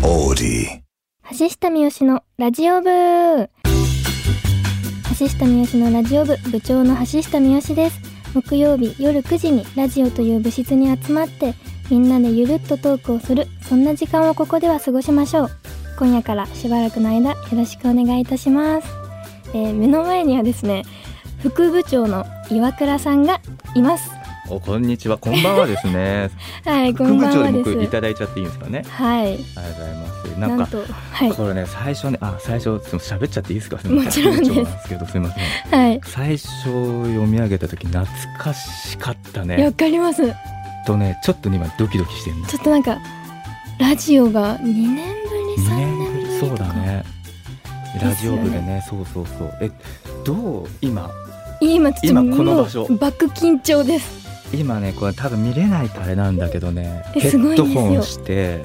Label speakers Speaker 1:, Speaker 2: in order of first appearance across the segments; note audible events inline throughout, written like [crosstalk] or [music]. Speaker 1: City.
Speaker 2: 橋下三好のラジオ部橋下三好のラジオ部部長の橋下三好です木曜日夜9時にラジオという部室に集まってみんなでゆるっとトークをするそんな時間をここでは過ごしましょう今夜からしばらくの間よろしくお願いいたします、えー目の前にはですね副部長の岩倉さんがいます
Speaker 3: おこんにちは、こんばんはですね。
Speaker 2: [laughs] はいこ
Speaker 3: 副
Speaker 2: ん
Speaker 3: 部
Speaker 2: ばん
Speaker 3: 長
Speaker 2: は
Speaker 3: に
Speaker 2: で
Speaker 3: 僕い
Speaker 2: す
Speaker 3: ただいちゃっていいんですかね。
Speaker 2: は
Speaker 3: あ
Speaker 2: い
Speaker 3: りがとうございます。な
Speaker 2: なんん
Speaker 3: か。
Speaker 2: とはい
Speaker 3: これね最初ねあ最初ちょっと喋っちゃっていいですか
Speaker 2: もちろんで
Speaker 3: 副部
Speaker 2: す
Speaker 3: 長なんですけどすみません
Speaker 2: はい
Speaker 3: 最初読み上げた時懐かしかった
Speaker 2: いや
Speaker 3: ね
Speaker 2: わかります
Speaker 3: とねちょっとね今ドキドキしてるの
Speaker 2: ちょっとなんかラジオが2年ぶり3年ぶりとか
Speaker 3: そうだね
Speaker 2: すよね
Speaker 3: ラジオ部でねそうそうそうえどう今
Speaker 2: 今ちょっと
Speaker 3: 今この場所
Speaker 2: もうバック緊張です
Speaker 3: 今ねこれ多分見れないからあれなんだけどね
Speaker 2: え
Speaker 3: ヘ
Speaker 2: す
Speaker 3: ッ
Speaker 2: ごいんで
Speaker 3: ド
Speaker 2: すよ
Speaker 3: ホンして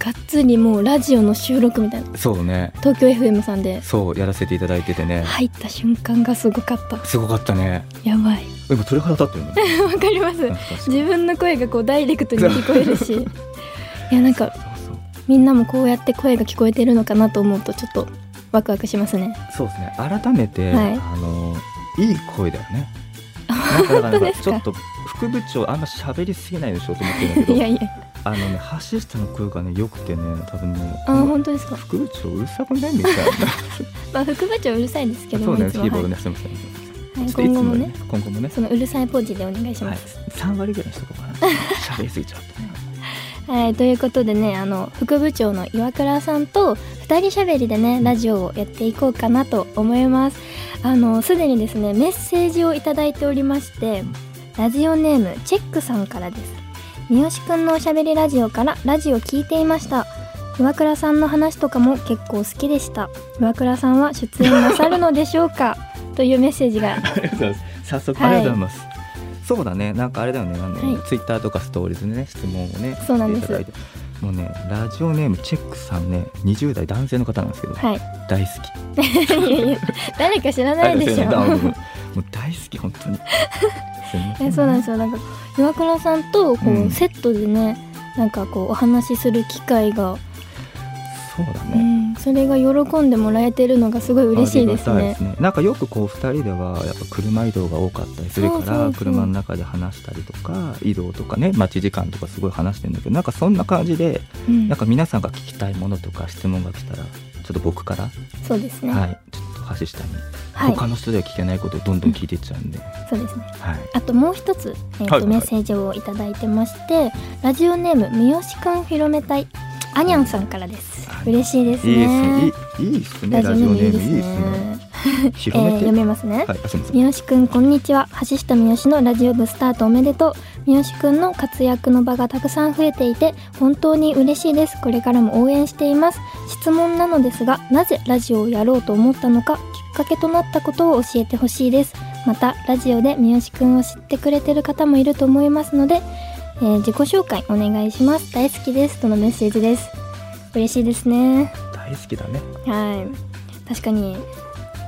Speaker 2: がっつりもうラジオの収録みたいな
Speaker 3: そうね
Speaker 2: 東京 FM さんで
Speaker 3: そうやらせていただいててね
Speaker 2: 入った瞬間がすごかった
Speaker 3: すごかったね
Speaker 2: やばい [laughs]
Speaker 3: 今鳥肌立ってるの [laughs]
Speaker 2: わかります
Speaker 3: 懐かしい
Speaker 2: 自分の声がこうダイレクトに聞こえるし [laughs] いやなんか
Speaker 3: そう
Speaker 2: みんなもこうやって声が聞こえてるのかなと思うとちょっとワクワクしますね
Speaker 3: そうそうですね改めて、
Speaker 2: はい
Speaker 3: あのいい声だよ
Speaker 2: [laughs]
Speaker 3: ねなんかだから
Speaker 2: 本当
Speaker 3: なん
Speaker 2: で
Speaker 3: か
Speaker 2: す
Speaker 3: ち
Speaker 2: か
Speaker 3: ょっと副部長あんま喋りすぎないでしょうと思ってるんだけ
Speaker 2: [laughs] い
Speaker 3: ど
Speaker 2: やいや
Speaker 3: あのね橋下の声がねよくてね多分ね
Speaker 2: あー本当ですか
Speaker 3: 副部長うるさくないんですか、
Speaker 2: まあ副部長うるさい [laughs] ですけど
Speaker 3: そうね
Speaker 2: いつ
Speaker 3: キ
Speaker 2: も
Speaker 3: ーボード
Speaker 2: はい
Speaker 3: ねすみません
Speaker 2: はい
Speaker 3: ちょっとい
Speaker 2: 今
Speaker 3: つ
Speaker 2: 後
Speaker 3: も
Speaker 2: も
Speaker 3: ね
Speaker 2: ね
Speaker 3: 今後もね
Speaker 2: そのうるさいポーチでお願いし
Speaker 3: は
Speaker 2: ま
Speaker 3: い
Speaker 2: す、
Speaker 3: 三割ぐらいにしとこうかな喋りすぎちゃうとね
Speaker 2: はい、ということでねあの副部長の岩倉さんと二人しゃべりでねラジオをやっていこうかなと思いますあのすでにですねメッセージをいただいておりましてラジオネームチェックさんからです三好くんのおしゃべりラジオからラジオ聞いていました岩倉さんの話とかも結構好きでした岩倉さんは出演なさるのでしょうかというメッセージが
Speaker 3: ありがとうございます
Speaker 2: [laughs]
Speaker 3: 早速
Speaker 2: は
Speaker 3: あ
Speaker 2: い
Speaker 3: りがとうございます、そうだねなんかあれだよねあの、
Speaker 2: はい
Speaker 3: ツイッターとかストーリーズでね質問をね
Speaker 2: そうなん
Speaker 3: して
Speaker 2: です
Speaker 3: いただいてもうねラジオネームチェックさんね20代男性の方なんですけど、
Speaker 2: はい [laughs]
Speaker 3: 大好き
Speaker 2: いやいや誰か知らないでしょ
Speaker 3: あごめんごめんもう大好き本当にすいませ
Speaker 2: [laughs] えそうなんですすよなんか岩倉さんとこ
Speaker 3: う
Speaker 2: うんセットでね、なんかこうお話しする機会が、
Speaker 3: そうだ
Speaker 2: う
Speaker 3: ね
Speaker 2: ん、それが喜んでもらえてるのがすごい嬉しいです
Speaker 3: ありが
Speaker 2: ね
Speaker 3: たいなんかよくこう2人ではやっぱ車移動が多かったりするから
Speaker 2: そうそうそう
Speaker 3: 車の中で話したりとか移動とかね待ち時間とかすごい話してるんだけどなんかそんな感じで
Speaker 2: うん
Speaker 3: なんか皆さんが聞きたいものとか質問が来たらちょっと僕から、
Speaker 2: そうですねは、
Speaker 3: はいいちょっと橋下に、他の人では聞けないことをどんどん聞いていっちゃうんで、は
Speaker 2: そうですね
Speaker 3: い、
Speaker 2: あともう一つ、えーと
Speaker 3: はいはい
Speaker 2: メッセージをいただいてましてラジオネーム三好くん広めたいあにゃんさんからです
Speaker 3: あ
Speaker 2: 嬉しいです
Speaker 3: いいです
Speaker 2: ね
Speaker 3: ねいいいいですねラジオネームいいですね
Speaker 2: えー
Speaker 3: 広めて、
Speaker 2: 読みますね、
Speaker 3: はいあすいません
Speaker 2: 三好くんこんにちは橋下三好のラジオ部スタートおめでとう三好くんの活躍の場がたくさん増えていて本当に嬉しいですこれからも応援しています質問なのですがなぜラジオをやろうと思ったのかきっかけとなったことを教えてほしいですまたラジオで三好くんを知ってくれてる方もいると思いますので、えー自己紹介お願いします大好きですとのメッセージです嬉しいですね
Speaker 3: 大好きだね
Speaker 2: はい、確かに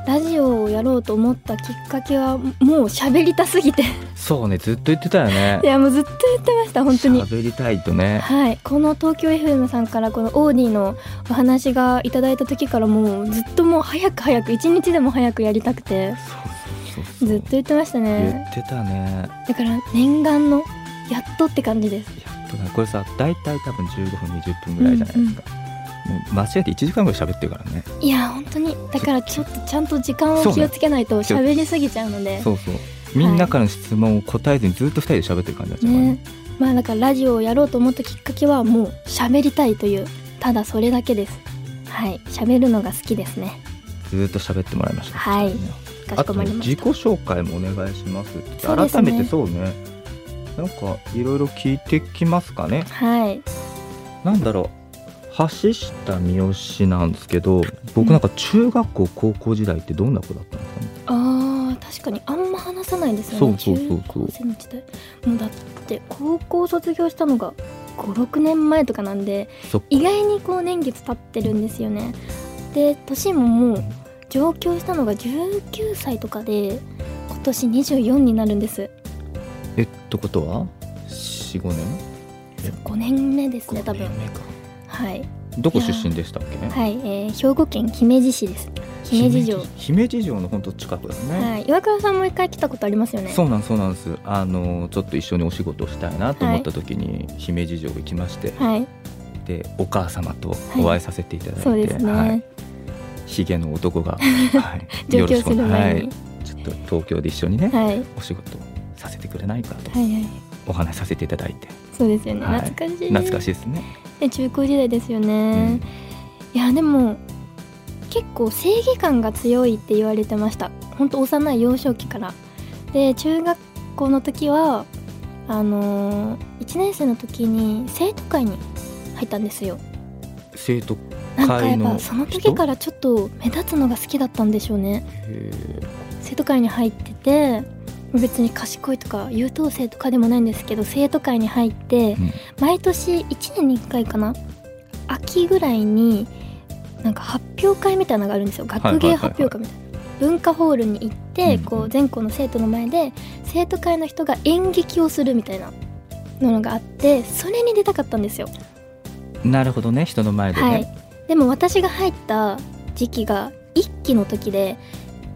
Speaker 2: ラジオをやろうと思ったきっかけはもう喋りたすぎて
Speaker 3: そうねずっと言ってたよね
Speaker 2: いやもうずっと言ってました本当に
Speaker 3: 喋りたいとね
Speaker 2: はいこの東京 FM さんからこのオーディのお話がいただいた時からもうずっともう早く早く一日でも早くやりたくて
Speaker 3: そうそうそう
Speaker 2: ずっと言ってました
Speaker 3: 言
Speaker 2: ね
Speaker 3: ってたね
Speaker 2: だから念願のやっとって感じです
Speaker 3: やっとねこれさ大体多分15分20分ぐらいじゃないですか、もう間違えて1時間ぐらい喋ってるからね
Speaker 2: いや本当にだからちょっとちゃんと時間を気をつけないと
Speaker 3: そうね
Speaker 2: 喋りすぎちゃうので
Speaker 3: そうそうみんなからの質問を答えずにずっと2人で喋ってる感じになっちゃうからね
Speaker 2: ね、まあだからラジオをやろうと思ったきっかけはもう喋りたいというただそれだけですはい喋るのが好きですね
Speaker 3: ずっと喋ってもらいました、
Speaker 2: はい
Speaker 3: ね
Speaker 2: か
Speaker 3: あと
Speaker 2: しこ
Speaker 3: ね
Speaker 2: まりまし
Speaker 3: 自己
Speaker 2: た
Speaker 3: 紹介もお願いしますって
Speaker 2: そうですね
Speaker 3: 改めてそうねなんかいろいろ聞いてきますかね
Speaker 2: はい
Speaker 3: なんだろう橋下三好なんですけど僕なんか中学校高校時代ってどんな子だったんですかね、
Speaker 2: あー確かにあんま話さないですよね
Speaker 3: そうそうそうそう
Speaker 2: 中高生の時代もうだって高校卒業したのが56年前とかなんで
Speaker 3: そっか
Speaker 2: 意外にこう年月経ってるんですよねで年ももう上京したのが19歳とかで今年24になるんです
Speaker 3: えってことは45年
Speaker 2: 5年目ですね多
Speaker 3: 五
Speaker 2: 分
Speaker 3: 年目か
Speaker 2: はい
Speaker 3: どこ出身でしたっけ
Speaker 2: はい、えー兵庫県姫路市です姫路城
Speaker 3: 姫路城の本当近くだね、
Speaker 2: はい、岩倉さんも一回来たことありますよね
Speaker 3: そうなんそうなんですあのちょっと一緒にお仕事をしたいなと思った時に姫路城行きまして、
Speaker 2: はい
Speaker 3: でお母様とお会いさせていただいて、
Speaker 2: そうですね、
Speaker 3: はいヒゲの男
Speaker 2: [laughs]
Speaker 3: が、はい、
Speaker 2: 上京する
Speaker 3: よ
Speaker 2: 前に
Speaker 3: ろしくはい、ちょっと東京で一緒にね、
Speaker 2: はい、はい
Speaker 3: お仕事させてくれないかと
Speaker 2: はい
Speaker 3: お話しさせていただいて
Speaker 2: そうですよね、
Speaker 3: はい
Speaker 2: 懐かしい
Speaker 3: 懐かしいですね、
Speaker 2: で中高時代ですよ
Speaker 3: う
Speaker 2: ね
Speaker 3: ん、
Speaker 2: いやでも結構正義感が強いって言われてましたほんと幼い幼少期からで中学校の時はあの1年生の時に生徒会に入ったんですよ
Speaker 3: 生徒
Speaker 2: なんかや
Speaker 3: 会
Speaker 2: っ
Speaker 3: の
Speaker 2: ぱ
Speaker 3: 人
Speaker 2: その時からちょっと目立つのが好きだったんでしょうね
Speaker 3: へ
Speaker 2: 生徒会に入ってて別に賢いとか優等生とかでもないんですけど生徒会に入って、
Speaker 3: うん
Speaker 2: 毎年1年に1回かな秋ぐらいになんか発表会みたいなのがあるんですよ学芸発表会みたいな、文化ホールに行って、
Speaker 3: うんうん
Speaker 2: こう全校の生徒の前で生徒会の人が演劇をするみたいなのがあってそれに出たかったんですよ
Speaker 3: えなるほどね人の前でね、
Speaker 2: はい、でも私が入った時期が1期の時で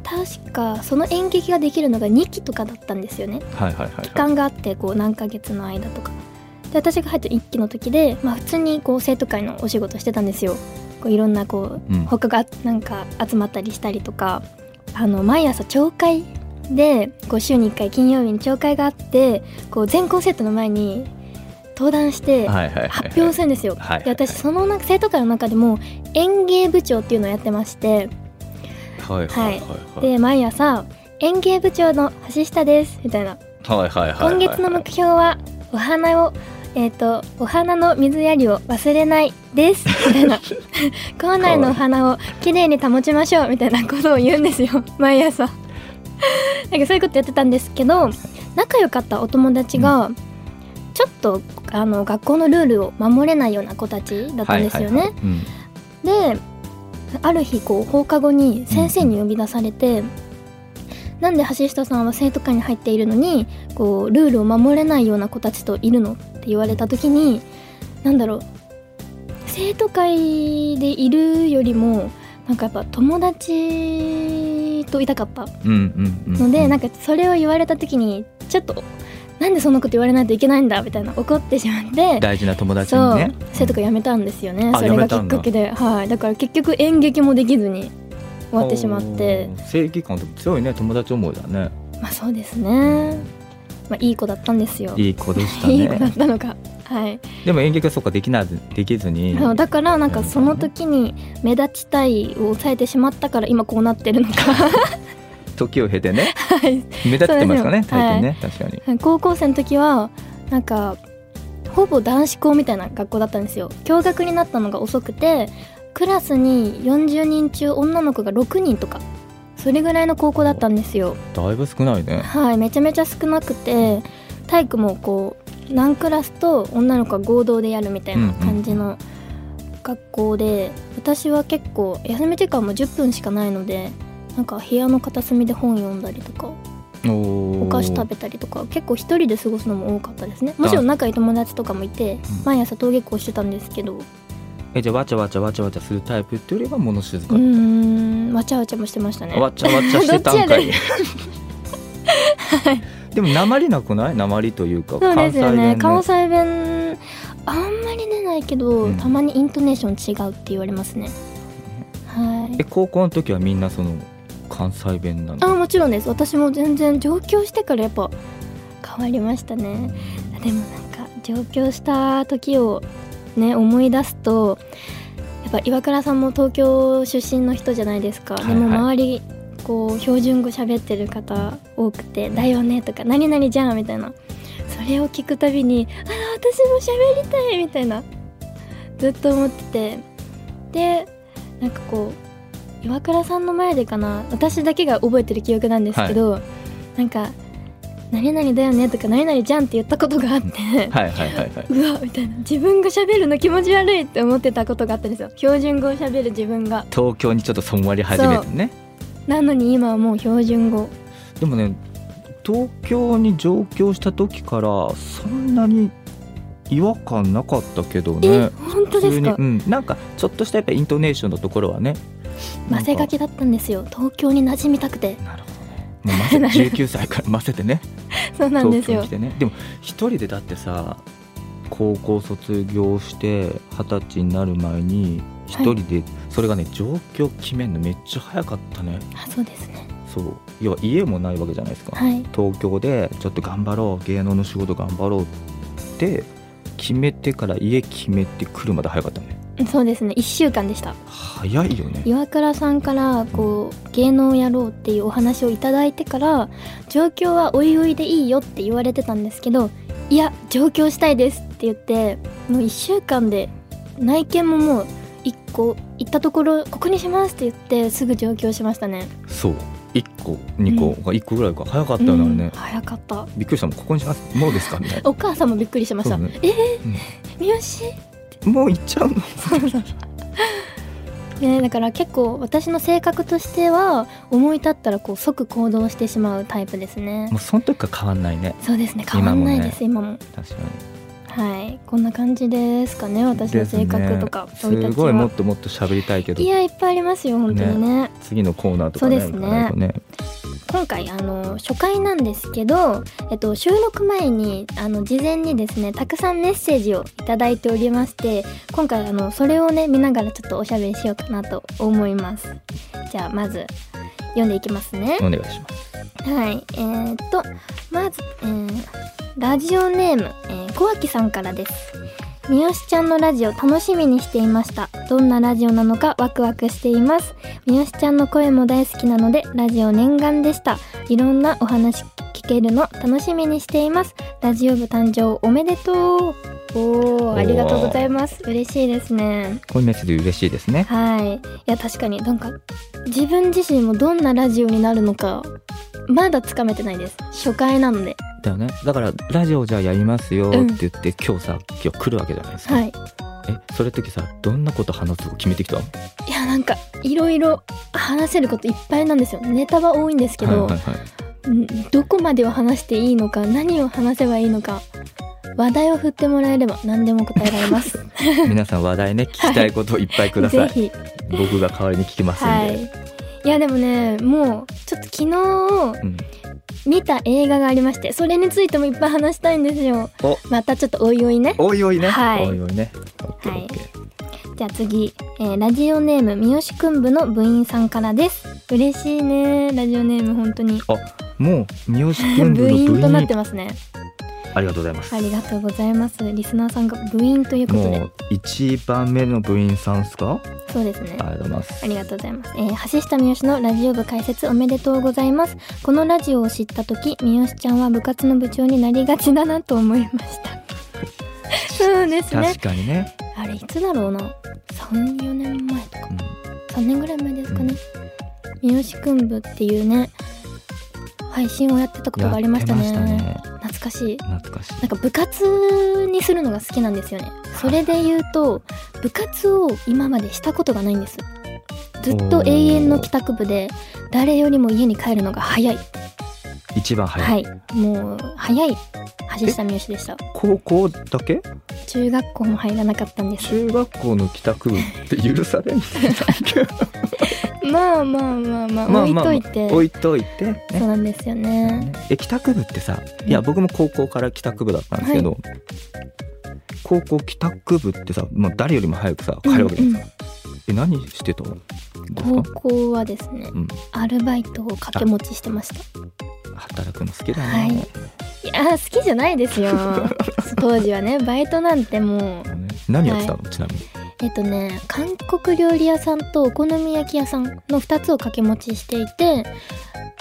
Speaker 2: 確かその演劇ができるのが2期とかだったんですよね
Speaker 3: はいはいはいはい
Speaker 2: 期間があってこう何ヶ月の間とかで私が入った1期の時で、まあ、普通にこう生徒会のお仕事してたんですよこういろんなこう、
Speaker 3: うん
Speaker 2: 他がなんか集まったりしたりとかあの毎朝朝会でこう週に1回金曜日に朝会があってこう全校生徒の前に登壇して
Speaker 3: はいはいはい
Speaker 2: 発表するんですよ、
Speaker 3: はい
Speaker 2: で私その中生徒会の中でも園芸部長っていうのをやってまして
Speaker 3: はいはいはいはい
Speaker 2: で毎朝「園芸部長の橋下です」みたいな「
Speaker 3: はいはいはいはい
Speaker 2: 今月の目標はお花をえっ、とお花の水やりを忘れないです」みたい
Speaker 3: [laughs]
Speaker 2: な「校内のお花をきれいに保ちましょう」みたいなことを言うんですよ毎朝。なんかそういうことやってたんですけど仲良かったお友達がちょっとあの学校のルールを守れないような子たちだったんですよね。
Speaker 3: はいはいはいうん
Speaker 2: である日こう放課後に先生に呼び出されて、なんで橋下さんは生徒会に入っているのにこうルールを守れないような子たちといるのって言われた時になんだろう生徒会でいるよりもなんかやっぱ友達といたかった
Speaker 3: うんうんうん
Speaker 2: ので、なんんかそれを言われた時にちょっとなんでそんなこと言われないといけないんだみたいな怒ってしまって
Speaker 3: 大事な友達にね
Speaker 2: そう生徒が辞めたんですよね
Speaker 3: あ
Speaker 2: それ
Speaker 3: 辞
Speaker 2: が
Speaker 3: め
Speaker 2: き
Speaker 3: たん
Speaker 2: っ
Speaker 3: だ
Speaker 2: かけで、はい、だから結局演劇もできずに終わってしまって
Speaker 3: おー正義感とか強いね友達思いだね
Speaker 2: まあそうですね、まあ、いい子だったんですよ
Speaker 3: いい子でした
Speaker 2: いい子だっ
Speaker 3: ね
Speaker 2: たのかはい、
Speaker 3: でも演劇はそうかできなできずに
Speaker 2: そうだからなんかその時に目立ちたいを抑えてしまったから今こうなってるのか [laughs]
Speaker 3: 時を経てね
Speaker 2: はい
Speaker 3: 目立ってますかね
Speaker 2: そうですよ
Speaker 3: 体験ね、確かに
Speaker 2: 高校生の時はなんかほぼ男子校みたいな学校だったんですよ共学になったのが遅くてクラスに40人中女の子が6人とかそれぐらいの高校だったんですよ
Speaker 3: だいぶ少ないね
Speaker 2: はいめちゃめちゃ少なくて体育もこう何クラスと女の子が合同でやるみたいな感じの学校で、私は結構休み時間も10分しかないのでなんか部屋の片隅で本読んだりとか
Speaker 3: お
Speaker 2: お菓子
Speaker 3: べ
Speaker 2: 食べたりとか結構一人で過ごすのも多かったですねもちろん仲いい友達とかもいて毎朝登下校してたんですけどう
Speaker 3: えじゃあわちゃわちゃわちゃわちゃするタイプっていうよりは物静か
Speaker 2: ーんわちゃわちゃもしてましたね
Speaker 3: わちゃわちゃしてたんかい
Speaker 2: どっち
Speaker 3: [laughs] でもなまりなくないなまりというか
Speaker 2: そうですよね
Speaker 3: 関
Speaker 2: 関
Speaker 3: 西
Speaker 2: 西弁あんまり出ないけど、
Speaker 3: うん
Speaker 2: たまにイントネーション違うって言われますねは
Speaker 3: え
Speaker 2: い
Speaker 3: 高校の時はみんなその関西弁なの
Speaker 2: あもちろんです私も全然上京してからやっぱ変わりましたねでもなんか上京した時をね思い出すとやっぱ岩倉さんも東京出身の人じゃないですか、
Speaker 3: はいはい
Speaker 2: でも周りこう標準語喋ってる方多くて「だよね」とか「何々じゃん」みたいなそれを聞くたびに「あ私も喋りたい」みたいなずっと思っててでなんかこう岩倉さんの前でかな私だけが覚えてる記憶なんですけど、なんか「何々だよね」とか「何々じゃん」って言ったことがあって。
Speaker 3: はいはいはいはいう
Speaker 2: [laughs] わみたいな自分が喋るの気持ち悪いって思ってたことがあったんですよ標準語を喋る自分が
Speaker 3: 東京にちょっとそんわり始めてね
Speaker 2: なのに今はもう標準語
Speaker 3: でもね東京に上京した時からそんなに違和感なかったけど
Speaker 2: え
Speaker 3: ね
Speaker 2: 本当ですか
Speaker 3: うん、なんかちょっとしたやっぱイントネーションのところはね
Speaker 2: マセガ
Speaker 3: き
Speaker 2: キだったんですよ東京に馴染みたくて
Speaker 3: なるほどねもうませ
Speaker 2: な [laughs] る
Speaker 3: 19歳からませてね
Speaker 2: そうなん
Speaker 3: [laughs]
Speaker 2: で
Speaker 3: 東
Speaker 2: す
Speaker 3: 京に
Speaker 2: よ
Speaker 3: 来てねでも一人でだってさ高校卒業して二十歳になる前に一人で、それがね上京決めるのめっちゃ早かったね
Speaker 2: あそうですね
Speaker 3: そう要は家もないわけじゃないですか、
Speaker 2: はい
Speaker 3: 東京でちょっと頑張ろう芸能の仕事頑張ろうって決めてから家決めて来るまで早かったね
Speaker 2: そうですね1週間でした
Speaker 3: 早いよね
Speaker 2: 岩倉さんからこう芸能をやろうっていうお話をいただいてから上京はおいおいでいいよって言われてたんですけどいや上京したいですって言ってもう1週間で内見ももう1個行ったところここにしますって言ってすぐ上京しましたね
Speaker 3: そう1個2個が1個ぐらいか早かったよね、あれ
Speaker 2: うん
Speaker 3: ね
Speaker 2: 早かった
Speaker 3: びっくりしたもんここにしますもうですかみたいな
Speaker 2: お母さんもびっくりしました、
Speaker 3: そうね
Speaker 2: えー、三好
Speaker 3: もう行っちゃうの
Speaker 2: ね、だから結構私の性格としては思い立ったらこう即行動してしまうタイプですね
Speaker 3: もうその時から変わんないね
Speaker 2: そうですね変わんない
Speaker 3: 今もね
Speaker 2: です今も,、
Speaker 3: 確か
Speaker 2: はいこんな感じですかね
Speaker 3: に
Speaker 2: 私の性格とか
Speaker 3: です
Speaker 2: 生
Speaker 3: ね
Speaker 2: い立
Speaker 3: す
Speaker 2: ち
Speaker 3: ごいもっ
Speaker 2: は
Speaker 3: ともっと喋りたいけど
Speaker 2: いやいっぱいありますよ本当にね
Speaker 3: 次のコーナーとかね
Speaker 2: そうですね
Speaker 3: 行かないとね
Speaker 2: 今回あの初回なんですけど、えっと、収録前にあの事前にですねたくさんメッセージをいただいておりまして今回あのそれをね見ながらちょっとおしゃべりしようかなと思いますじゃあまず読んでいきますね
Speaker 3: お願いします
Speaker 2: はい、えー、っと、まず、えーラジオネーム、えー小脇さんからです。みよしちゃんのラジオ楽しみにしていました。どんなラジオなのかワクワクしています。みよしちゃんの声も大好きなので、ラジオ念願でした。いろんなお話聞けるの楽しみにしています。ラジオ部誕生おめでとう。おー、ありがとうございます。嬉しいですね。
Speaker 3: こういうメッセージ嬉しいですね
Speaker 2: はい。いや、確かになんか、自分自身もどんなラジオになるのか、まだつかめてないです。初回なので。
Speaker 3: だよねだからラジオじゃあやりますよっ
Speaker 2: うん
Speaker 3: て言って、今日さ今日来るわけじゃないですか、
Speaker 2: はい。
Speaker 3: えそれ時さどんなこと話すの決めてきたの
Speaker 2: いや、なんか、いろいろ話せることいっぱいなんですよ。ネタは多いんですけど、
Speaker 3: はいはいはい、
Speaker 2: んどこまでを話していいのか、何を話せばいいのか、話題を振ってもらえれば何でも答えられます。 [laughs]
Speaker 3: 皆さん話題ね聞きたいことをいっぱ [laughs] いくださ
Speaker 2: ぜ
Speaker 3: い
Speaker 2: ひ。
Speaker 3: 僕が代わりに聞きますんで、
Speaker 2: はい。いや、でもね、もう、ちょっと昨日、
Speaker 3: うん、
Speaker 2: 見た映画がありまして、それについてもいっぱい話したいんですよ。
Speaker 3: お
Speaker 2: またちょっとおいおいね。
Speaker 3: おいおいね、
Speaker 2: はい
Speaker 3: おいおいねオッケーオッケー
Speaker 2: じゃあ次、えーラジオネーム三好くん部の部員さんからです嬉しいねラジオネーム本当に
Speaker 3: もう三好君の
Speaker 2: [laughs] 部
Speaker 3: 部員
Speaker 2: 員となってますね
Speaker 3: ありがとうございます
Speaker 2: ありがとうございますリスナーさんが部員ということ
Speaker 3: も
Speaker 2: で
Speaker 3: う一番目の部員さんですか
Speaker 2: そうですね
Speaker 3: ありがとうございます
Speaker 2: ありがとうございます、えー橋下三好のラジオ部開設おめでとうございますこのラジオを知った時三好ちゃんは部活の部長になりがちだなと思いましたそうですね
Speaker 3: 確かにね、
Speaker 2: あれいつだろうな34年前とか
Speaker 3: うん
Speaker 2: 3年ぐらい前ですかね、三好くん部っていうね配信をやってたことがありましたね
Speaker 3: やってましたね
Speaker 2: 懐かしい
Speaker 3: 懐かしい
Speaker 2: なんか部活にするのが好きなんですよねそれで言うと部活を今までしたことがないんですずっと永遠の帰宅部で誰よりも家に帰るのが早い
Speaker 3: 一番早い、
Speaker 2: はい、もう早い橋下三好でした
Speaker 3: 高校だけ
Speaker 2: 中学校も入らなかったんです
Speaker 3: 中学校の帰宅部って許さ
Speaker 2: [laughs]
Speaker 3: れんの
Speaker 2: まあまあまあまあ、
Speaker 3: まあ
Speaker 2: 置い
Speaker 3: まあ
Speaker 2: といて、
Speaker 3: 置いといて、ね
Speaker 2: そうなんですよね
Speaker 3: え帰宅部ってさ
Speaker 2: うん
Speaker 3: いや僕も高校から帰宅部だったんですけど、高校帰宅部ってさ、まあ、誰よりも早くさ帰るわけじゃないですか、え何してたんです
Speaker 2: 高
Speaker 3: か、
Speaker 2: 校はですね
Speaker 3: うん、
Speaker 2: アルバイトを掛け持ちしてました
Speaker 3: 働くの好きだね、
Speaker 2: はいいやー好きじゃないで
Speaker 3: [laughs]
Speaker 2: すよ当時はねバイトなんてもう
Speaker 3: あのね何やってたの、ちなみに
Speaker 2: えっとね韓国料理屋さんとお好み焼き屋さんの2つを掛け持ちしていて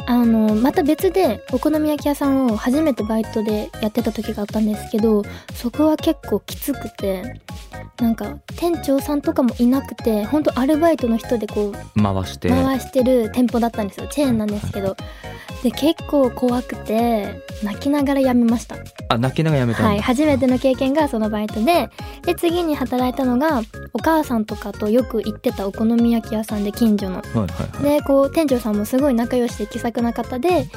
Speaker 2: あのまた別でお好み焼き屋さんを初めてバイトでやってた時があったんですけどそこは結構きつくてなんか店長さんとかもいなくてほんとアルバイトの人でこう
Speaker 3: 回して
Speaker 2: 回してる店舗だったんですよチェーンなんですけどで結構怖くて泣きながら辞めました
Speaker 3: あ泣きながらやめたんだ、
Speaker 2: はい初めての経験がそのバイトでで次に働いたのがお母さんとかとよく行ってたお好み焼き屋さんで近所の
Speaker 3: はいはいはい
Speaker 2: でこう店長さんもすごい仲良しで気さくな方で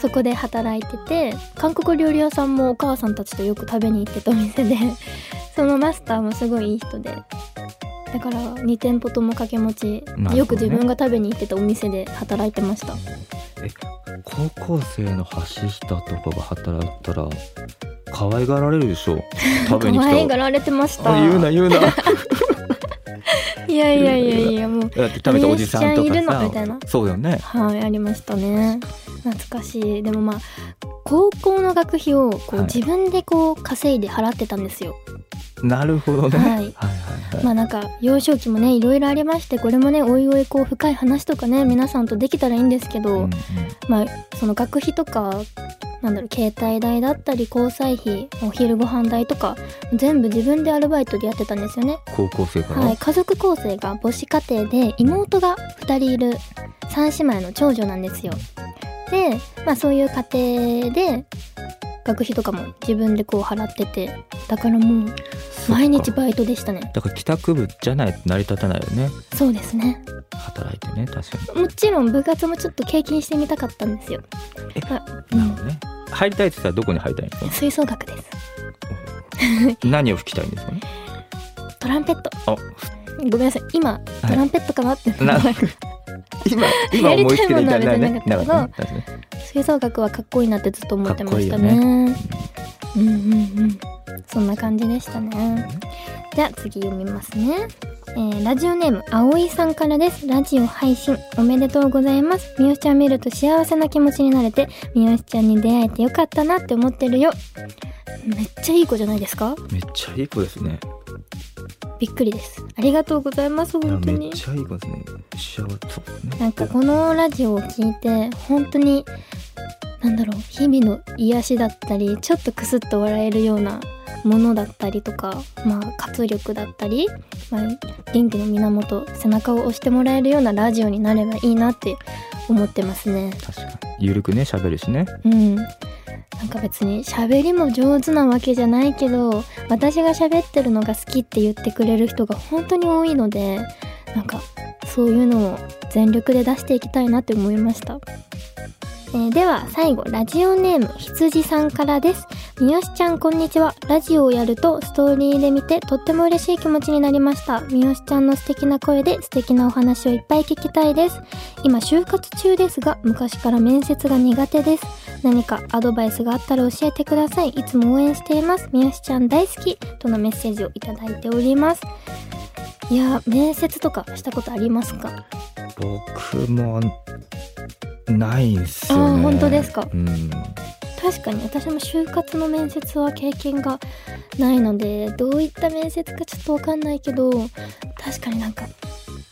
Speaker 2: そこで働いてて韓国料理屋さんもお母さんたちとよく食べに行ってたお店で [laughs] そのマスターもすごいいい人でだから2店舗とも掛け持ち、
Speaker 3: ほどね
Speaker 2: よく自分が食べに行ってたお店で働いてました
Speaker 3: 高校生の橋下とかが働いたら可愛がられるでしょ食べに
Speaker 2: [laughs] 可愛
Speaker 3: 来
Speaker 2: が
Speaker 3: た
Speaker 2: られてました
Speaker 3: あ言うな言うなだって
Speaker 2: いやいやいやいやもう
Speaker 3: 食べたおじさんと
Speaker 2: おじちゃんいるのみ
Speaker 3: か
Speaker 2: たいな
Speaker 3: さそうだよね
Speaker 2: はいありましたね懐かしいでもまあ高校の学費をこう、
Speaker 3: はい
Speaker 2: 自分でこう稼いで払ってたんですよ
Speaker 3: なるほどね、
Speaker 2: はい
Speaker 3: はいはいはい
Speaker 2: まあなんか幼少期もねいろいろありましてこれもねおいおいこう深い話とかね皆さんとできたらいいんですけど、
Speaker 3: うんうん
Speaker 2: まあその学費とかなんだろう携帯代だったり交際費お昼ご飯代とか全部自分でアルバイトでやってたんですよね。
Speaker 3: 高校生から、
Speaker 2: はい、家族構成が母子家庭で妹が2人いる3姉妹の長女なんですよ。で、まあ、そういう家庭で学費とかも自分でこう払っててだからもう
Speaker 3: そっか
Speaker 2: 毎日バイトでしたね。
Speaker 3: だから帰宅部じゃないと成り立たないよね
Speaker 2: そうですね
Speaker 3: 働いてね確か
Speaker 2: もちろん部活もちょっと経験してみたかったんですよ。
Speaker 3: え
Speaker 2: あう
Speaker 3: になる
Speaker 2: ん
Speaker 3: ほどね入りたいって言ったらどこに入りたいんですか
Speaker 2: 吹奏楽です。
Speaker 3: 何を吹きたいんですかね
Speaker 2: トランペット。
Speaker 3: あ
Speaker 2: ごめんなさい。今トランペットか [laughs] なって、
Speaker 3: な今今思いつきでいたら
Speaker 2: や
Speaker 3: ね
Speaker 2: りたいものは別になか
Speaker 3: な
Speaker 2: っ
Speaker 3: んかね
Speaker 2: 吹奏楽はかっこいいなってずっと思ってまし
Speaker 3: か
Speaker 2: た
Speaker 3: っこいい
Speaker 2: ね。うんうんうん。そんな感じでしたね。
Speaker 3: 確か
Speaker 2: じゃあ次読みますね。えーラジオネームあおいさんからですラジオ配信おめでとうございますみよしちゃん見ると幸せな気持ちになれてみよしちゃんに出会えてよかったなって思ってるよめっちゃいい子じゃないですか
Speaker 3: にめっちゃいい子ですね
Speaker 2: びっくりですありがとうございます
Speaker 3: いや
Speaker 2: 本当
Speaker 3: めっ
Speaker 2: に
Speaker 3: ちゃいい子ですね幸せそうですね
Speaker 2: なんかこのラジオを聞いて本当になんだろう日々の癒しだったりちょっとクスッと笑えるようなものだったりとか、まあ、活力だったり、まあ、元気の源背中を押してもらえるようなラジオになればいいなって思ってますね。
Speaker 3: 確かにゆるくね喋るしね
Speaker 2: うんなんか別に喋りも上手なわけじゃないけど私が喋ってるのが好きって言ってくれる人が本当に多いのでなんかそういうのを全力で出していきたいなって思いました、えーでは最後ラジオネーム羊さんからですみよしちゃんこんにちはラジオをやるとストーリーで見てとっても嬉しい気持ちになりましたみよしちゃんの素敵な声で素敵なお話をいっぱい聞きたいです今就活中ですが昔から面接が苦手です何かアドバイスがあったら教えてくださいいつも応援していますみよしちゃん大好きとのメッセージをいただいておりますいや面接とかしたことありますか
Speaker 3: 僕もないんす
Speaker 2: あ
Speaker 3: よ
Speaker 2: ー
Speaker 3: ね
Speaker 2: 本当ですか
Speaker 3: うん
Speaker 2: 確かに私も就活の面接は経験がないのでどういった面接かちょっとわかんないけど確かになんか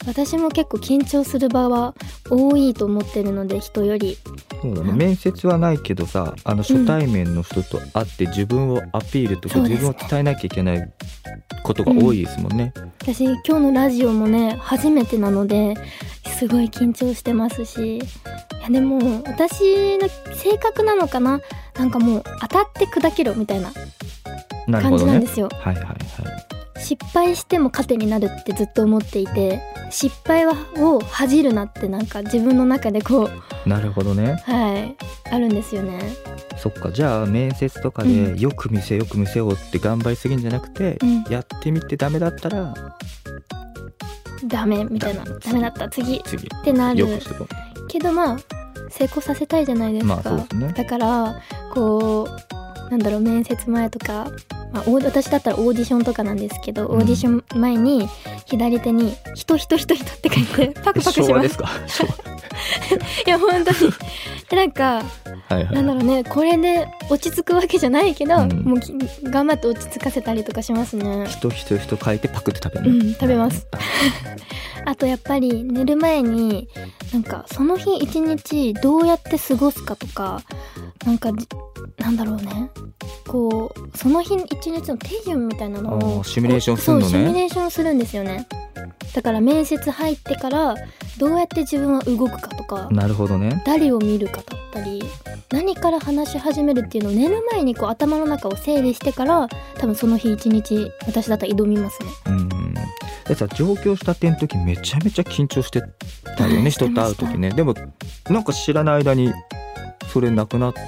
Speaker 2: 私も結構緊張する場は多いと思ってるので人より
Speaker 3: そうだね面接はないけどさあの初対面の人と会って自分をアピールとか、
Speaker 2: そうで
Speaker 3: 自
Speaker 2: すね
Speaker 3: 分を伝えなきゃいけないことが多いですもんね、
Speaker 2: 私今日のラジオもね初めてなのですごい緊張してますしいやでも私の性格なのかななんかもう当たって砕けろみたいな
Speaker 3: なる
Speaker 2: 感
Speaker 3: ほ
Speaker 2: じ
Speaker 3: ど
Speaker 2: なん
Speaker 3: ね
Speaker 2: ですよ、
Speaker 3: はいはいはい
Speaker 2: 失敗しても糧になるってずっと思っていて失敗はを恥じるなってなんか自分の中でこう
Speaker 3: なるほどね
Speaker 2: はいあるんですよね
Speaker 3: そっかじゃあ面接とか
Speaker 2: う
Speaker 3: でよく見せよく見せようって頑張りすぎんじゃなくて、
Speaker 2: うん
Speaker 3: やってみてダメだったら
Speaker 2: ダメみたいなダメだった次っ
Speaker 3: 次よ
Speaker 2: てなる
Speaker 3: くしてこ
Speaker 2: けどまあ成功させたいじゃないで
Speaker 3: う
Speaker 2: すか、
Speaker 3: まあそうですね
Speaker 2: だからこうなんだろう面接前とか、まあ、オー私だったらオーディションとかなんですけど、
Speaker 3: うん
Speaker 2: オーディション前に左手に「人人人人」って
Speaker 3: [laughs]
Speaker 2: 書いてパク
Speaker 3: え
Speaker 2: パク
Speaker 3: 昭
Speaker 2: し
Speaker 3: 和
Speaker 2: ま
Speaker 3: ですすか
Speaker 2: いや本当にでなんか
Speaker 3: はい
Speaker 2: [laughs] なんだ
Speaker 3: は
Speaker 2: ろうねこれで落ち着くわけじゃないけど、
Speaker 3: うん
Speaker 2: もうき頑張って落ち着かせたりとかしますね
Speaker 3: い人人人書いてパクって食べ
Speaker 2: う
Speaker 3: る、
Speaker 2: ん食べますあとやっぱり寝る前になんかその日一日どうやって過ごすかとかなんかじなんだろうねこうその日一日の手順みたいな
Speaker 3: あ
Speaker 2: の
Speaker 3: ー
Speaker 2: を
Speaker 3: シミュレーションするの
Speaker 2: そうシミュ
Speaker 3: ね
Speaker 2: レーションするんですよねだから面接入ってからどうやって自分は動くかとか
Speaker 3: なるほどね
Speaker 2: 誰を見るかだったり何から話し始めるっていうのを寝る前にこう頭の中を整理してから多分その日一日私だったら挑みますね
Speaker 3: うんでさ上京したての時めちゃめちゃ緊張してたよ
Speaker 2: は
Speaker 3: ね
Speaker 2: い
Speaker 3: 人と会う時ねでもなんか知らない間にそれなくなって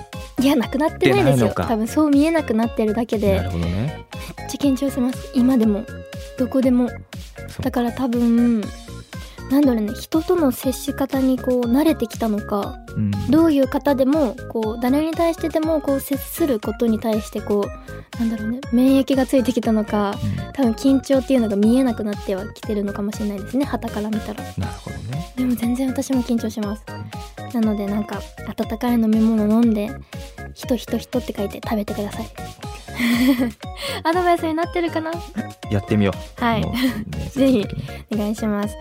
Speaker 2: いやなくなってないで
Speaker 3: な
Speaker 2: すよ
Speaker 3: いのか
Speaker 2: 多分そう見えなくなってるだけ
Speaker 3: な
Speaker 2: で
Speaker 3: るほどね
Speaker 2: めっちゃ緊張します今でもどこでも
Speaker 3: そう
Speaker 2: だから多分なんだろうね人との接し方にこう慣れてきたのか
Speaker 3: うん
Speaker 2: どういう方でもこう誰に対してでもこう接することに対してこうなんだろうね免疫がついてきたのか
Speaker 3: うん
Speaker 2: 多分緊張っていうのが見えなくなってはきてるのかもしれないですね旗から見たら
Speaker 3: なるほどね
Speaker 2: でも全然私も緊張しますなのでなんか温かい飲み物飲んで「人人人」って書いて食べてください [laughs] アドバイスになってるかな
Speaker 3: やってみよう
Speaker 2: はい
Speaker 3: もうね
Speaker 2: [laughs] ぜ
Speaker 3: ち
Speaker 2: ひ
Speaker 3: ょっとね
Speaker 2: お願いします。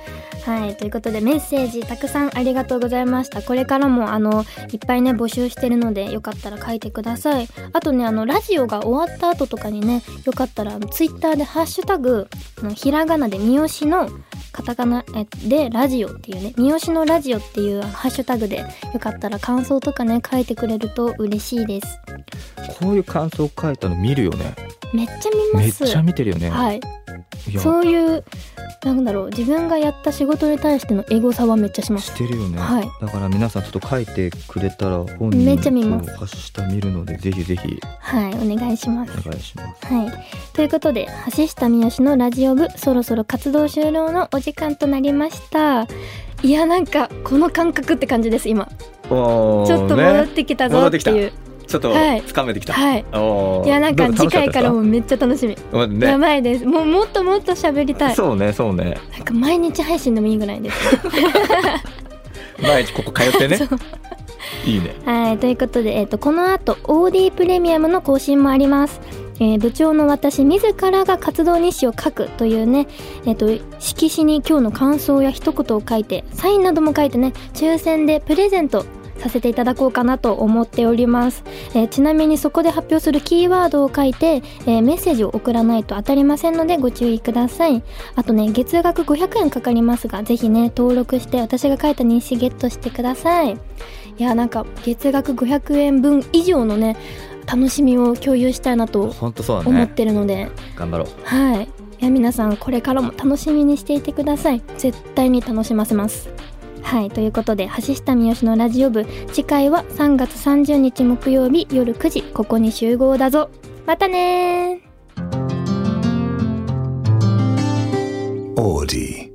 Speaker 2: はい、ということでメッセージたくさんありがとうございました。これからもあのいっぱいね募集してるのでよかったら書いてください。あとねあのラジオが終わった後とかにねよかったらあのツイッターでハッシュタグあのひらがなで三好のカタカナえでラジオっていうね三好のラジオっていうハッシュタグでよかったら感想とかね書いてくれると嬉しいです。
Speaker 3: こういう感想書いたの見るよね
Speaker 2: めっちゃ見ま
Speaker 3: めっ
Speaker 2: す。
Speaker 3: ちゃ見てるよね、
Speaker 2: はい、
Speaker 3: いや
Speaker 2: そういうなんだろう自分がやった仕事に対してのエゴさはめっちゃします。
Speaker 3: してるよね、
Speaker 2: はい
Speaker 3: だから皆さんちょっと書いてくれたら本人
Speaker 2: めっちゃ見ます
Speaker 3: 明日見るのでぜひぜひ
Speaker 2: はい、お願いします。
Speaker 3: お願いします
Speaker 2: はい。ということで、橋下三好のラジオ部、そろそろ活動終了のお時間となりました。いや、なんか、この感覚って感じです、今。
Speaker 3: ちょ
Speaker 2: ちょっと戻ってきたぞっていう。
Speaker 3: ちょっと
Speaker 2: はい
Speaker 3: 掴めてきた、
Speaker 2: はい。
Speaker 3: おー
Speaker 2: いや、なんか、
Speaker 3: どう
Speaker 2: 次
Speaker 3: 楽し
Speaker 2: 回
Speaker 3: ったです
Speaker 2: からもめっちゃ楽しみ。
Speaker 3: うんね
Speaker 2: やばいです。もう、もっともっと喋りたい。
Speaker 3: そうねそうね
Speaker 2: なんか、毎日配信でもいいぐらいです。
Speaker 3: 毎日ここ通って
Speaker 2: [laughs]
Speaker 3: ねいいね
Speaker 2: はい、ということで、えっ、と、この後、OD プレミアムの更新もあります。えー部長の私自らが活動日誌を書くというね、えっ、と、色紙に今日の感想や一言を書いて、サインなども書いてね、抽選でプレゼントさせていただこうかなと思っております。えーちなみにそこで発表するキーワードを書いて、えーメッセージを送らないと当たりませんのでご注意ください。あとね、月額500円かかりますが、ぜひね、登録して私が書いた日誌ゲットしてください。いやなんか月額500円分以上のね楽しみを共有したいなと
Speaker 3: 本当そうだ
Speaker 2: 思っ
Speaker 3: ね
Speaker 2: てるので、
Speaker 3: 頑張ろう
Speaker 2: はいいや皆さんこれからも楽しみにしていてください絶対に楽しませますはいということで橋下三好のラジオ部次回は3月30日木曜日夜9時ここに集合だぞまたねー
Speaker 1: Audi.